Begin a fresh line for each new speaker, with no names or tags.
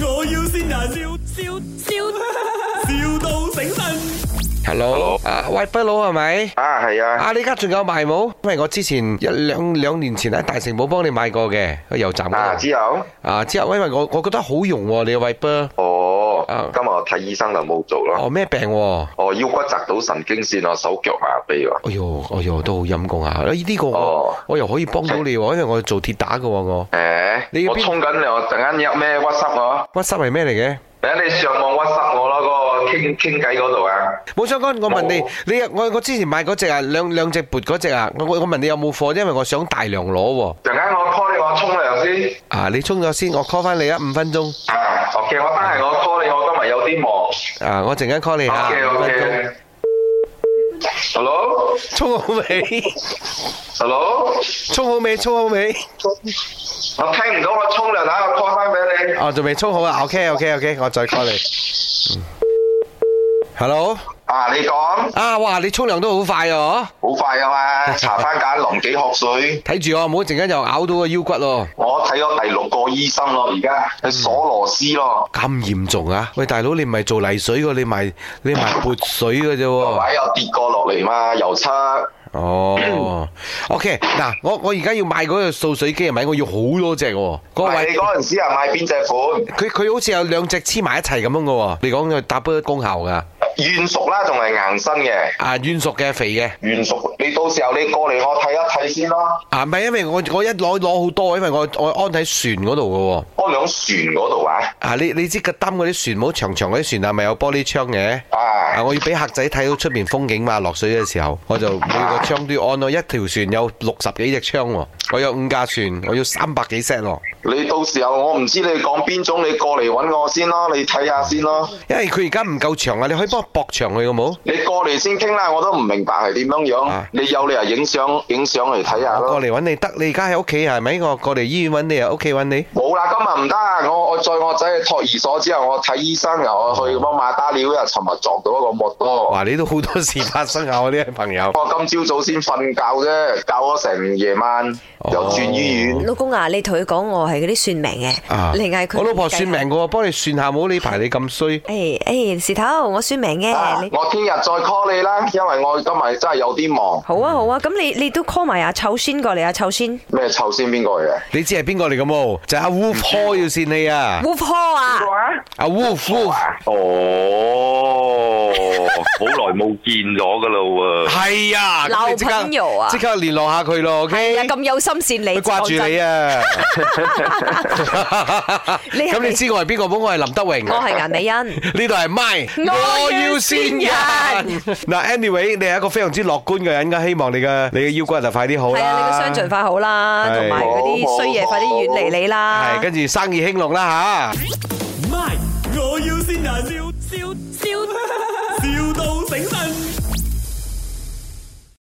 要先人，笑笑笑，,笑到醒神。
Hello，啊喂，不佬係咪？
啊，係啊，
啊，你而家仲有賣冇？因為我之前一兩兩年前喺大城堡幫你買過嘅個油站
啊
嗰度。
之後，
啊，之後因為我我覺得好用喎，你個 Viper 啊
哦，今日我睇醫生就冇做咯，
哦咩病喎？
哦，腰骨砸到神經線啊，手腳麻痹喎，
哎呦，哎呦，都好陰功啊！呢、呢個我、
哦
我又可以幫到你喎，因為我做鐵打嘅喎我。你
誒，
要邊
我衝緊你，我陣間入咩 WhatsApp 我，
WhatsApp 係咩嚟嘅？
等你上網 WhatsApp 我咯，嗰個傾傾偈嗰度啊，
冇相干，我問你
冇，
你我我之前買嗰只啊，兩兩隻撥嗰只啊，我我我問你有冇貨，因為我想大量攞喎。
陣間我 call 你，我沖涼先，
啊，你沖咗先，我 call 翻你啊，五分鐘。
啊，OK，我得閒我 call 你，我今日有啲忙
啊，我陣間 call 你啊，
，OK
五分鐘。
OK。Hello，Hello，
沖好未？沖好未？沖好未？
我聽唔到，我沖涼，等下我 call 翻俾你。
哦，仲未沖好啊？OK OK OK，我再 call 你。嗯 Hello，
啊，你講。
啊，哇，你沖涼都好快啊！
好快噶嘛， 搽番梘淋幾殼
嗬
水。
睇住我，唔好陣間又咬到個腰骨咯。
我睇咗第六個醫生咯，而家係鎖螺絲咯，
咁嚴重啊！喂，大佬，你唔係做泥水嘅，你賣你賣撥水嘅啫
同
喎。
埋有跌過落嚟嘛，油漆。
哦，OK，嗱，我我而家要買嗰個掃水機係咪？我要好多隻喎。嗰個
喂，
位
你嗰陣時係買邊隻款？
佢佢好似有兩隻黐埋一齊咁樣嘅喎。你講佢 double 功效㗎，
軟熟啦，仲係硬身嘅。
啊軟熟嘅肥嘅，
軟熟，你到時候你過嚟我睇一睇先啦。
啊唔係因為我我一攞攞好多，因為我我安喺船嗰度嘅喎。
安兩船嗰度啊，
啊！你你知個燈嗰啲船，冇長長嗰啲船啊，咪有玻璃窗嘅。啊！
啊，
我要俾客仔睇到出面風景嘛，落水嘅時候，我就每個窗都要安咯。一條船有六十幾隻窗喎，我有五架船，我要三百幾 set 喎。
你到時候我唔知你講邊種，你過嚟揾我先咯，你睇下先咯。
因為佢而家唔夠長啊，你可以幫我駁長佢好冇？
你過嚟先傾啦，我都唔明白係點樣樣
啊。
你有理由影相影相嚟睇下
我
咯
過。嚟揾你得，你而家喺屋企係咪？我過嚟醫院揾你啊，屋企揾你。
冇啦，今日唔得啊！我我載我仔去托兒所之後，我睇醫生，又我去幫馬打料，又尋日撞到一個摩多。
哇！你都好多事發生啊，我呢位朋友。
我今朝早先瞓覺啫，搞咗成夜晚，又轉醫院。
老公啊，你同佢講我係嗰啲算命嘅，
嗯啊！
你嗌佢。
我老婆算命嘅喎，幫你算下冇？呢排你咁衰。
誒誒，事頭我算命嘅，
啊
你！
我聽日再 call 你啦，因為我今日真係有啲忙。
好啊好啊，咁你你都 call 埋阿臭先過嚟，啊阿臭先，
咩臭先邊個嚟啊嘅？
你知係邊個嚟嘅冇？就係阿 Wolf Hall 要善你啊！
wolf hall 啊，
阿 Wolf Wolf。
哦，好耐冇見咗噶啦喎。
系啊，咁
劉
你即刻
品瑤啊
即刻聯絡下佢咯
係啊
，OK？
咁有心善
佢
你，
掛住你啊！
你係
咁你知我係邊個冇？我係林德榮。
我係顏美欣。
呢度係 My，
我要線人。
嗱，anyway，你係一個非常之樂觀嘅人，咁希望你嘅你嘅腰骨就快啲好啦。
係啊，你個傷盡快好啦，
係
同埋嗰啲衰嘢快啲遠離你啦。
係，跟住生意興隆啦吓！
My，我要先人，笑笑笑。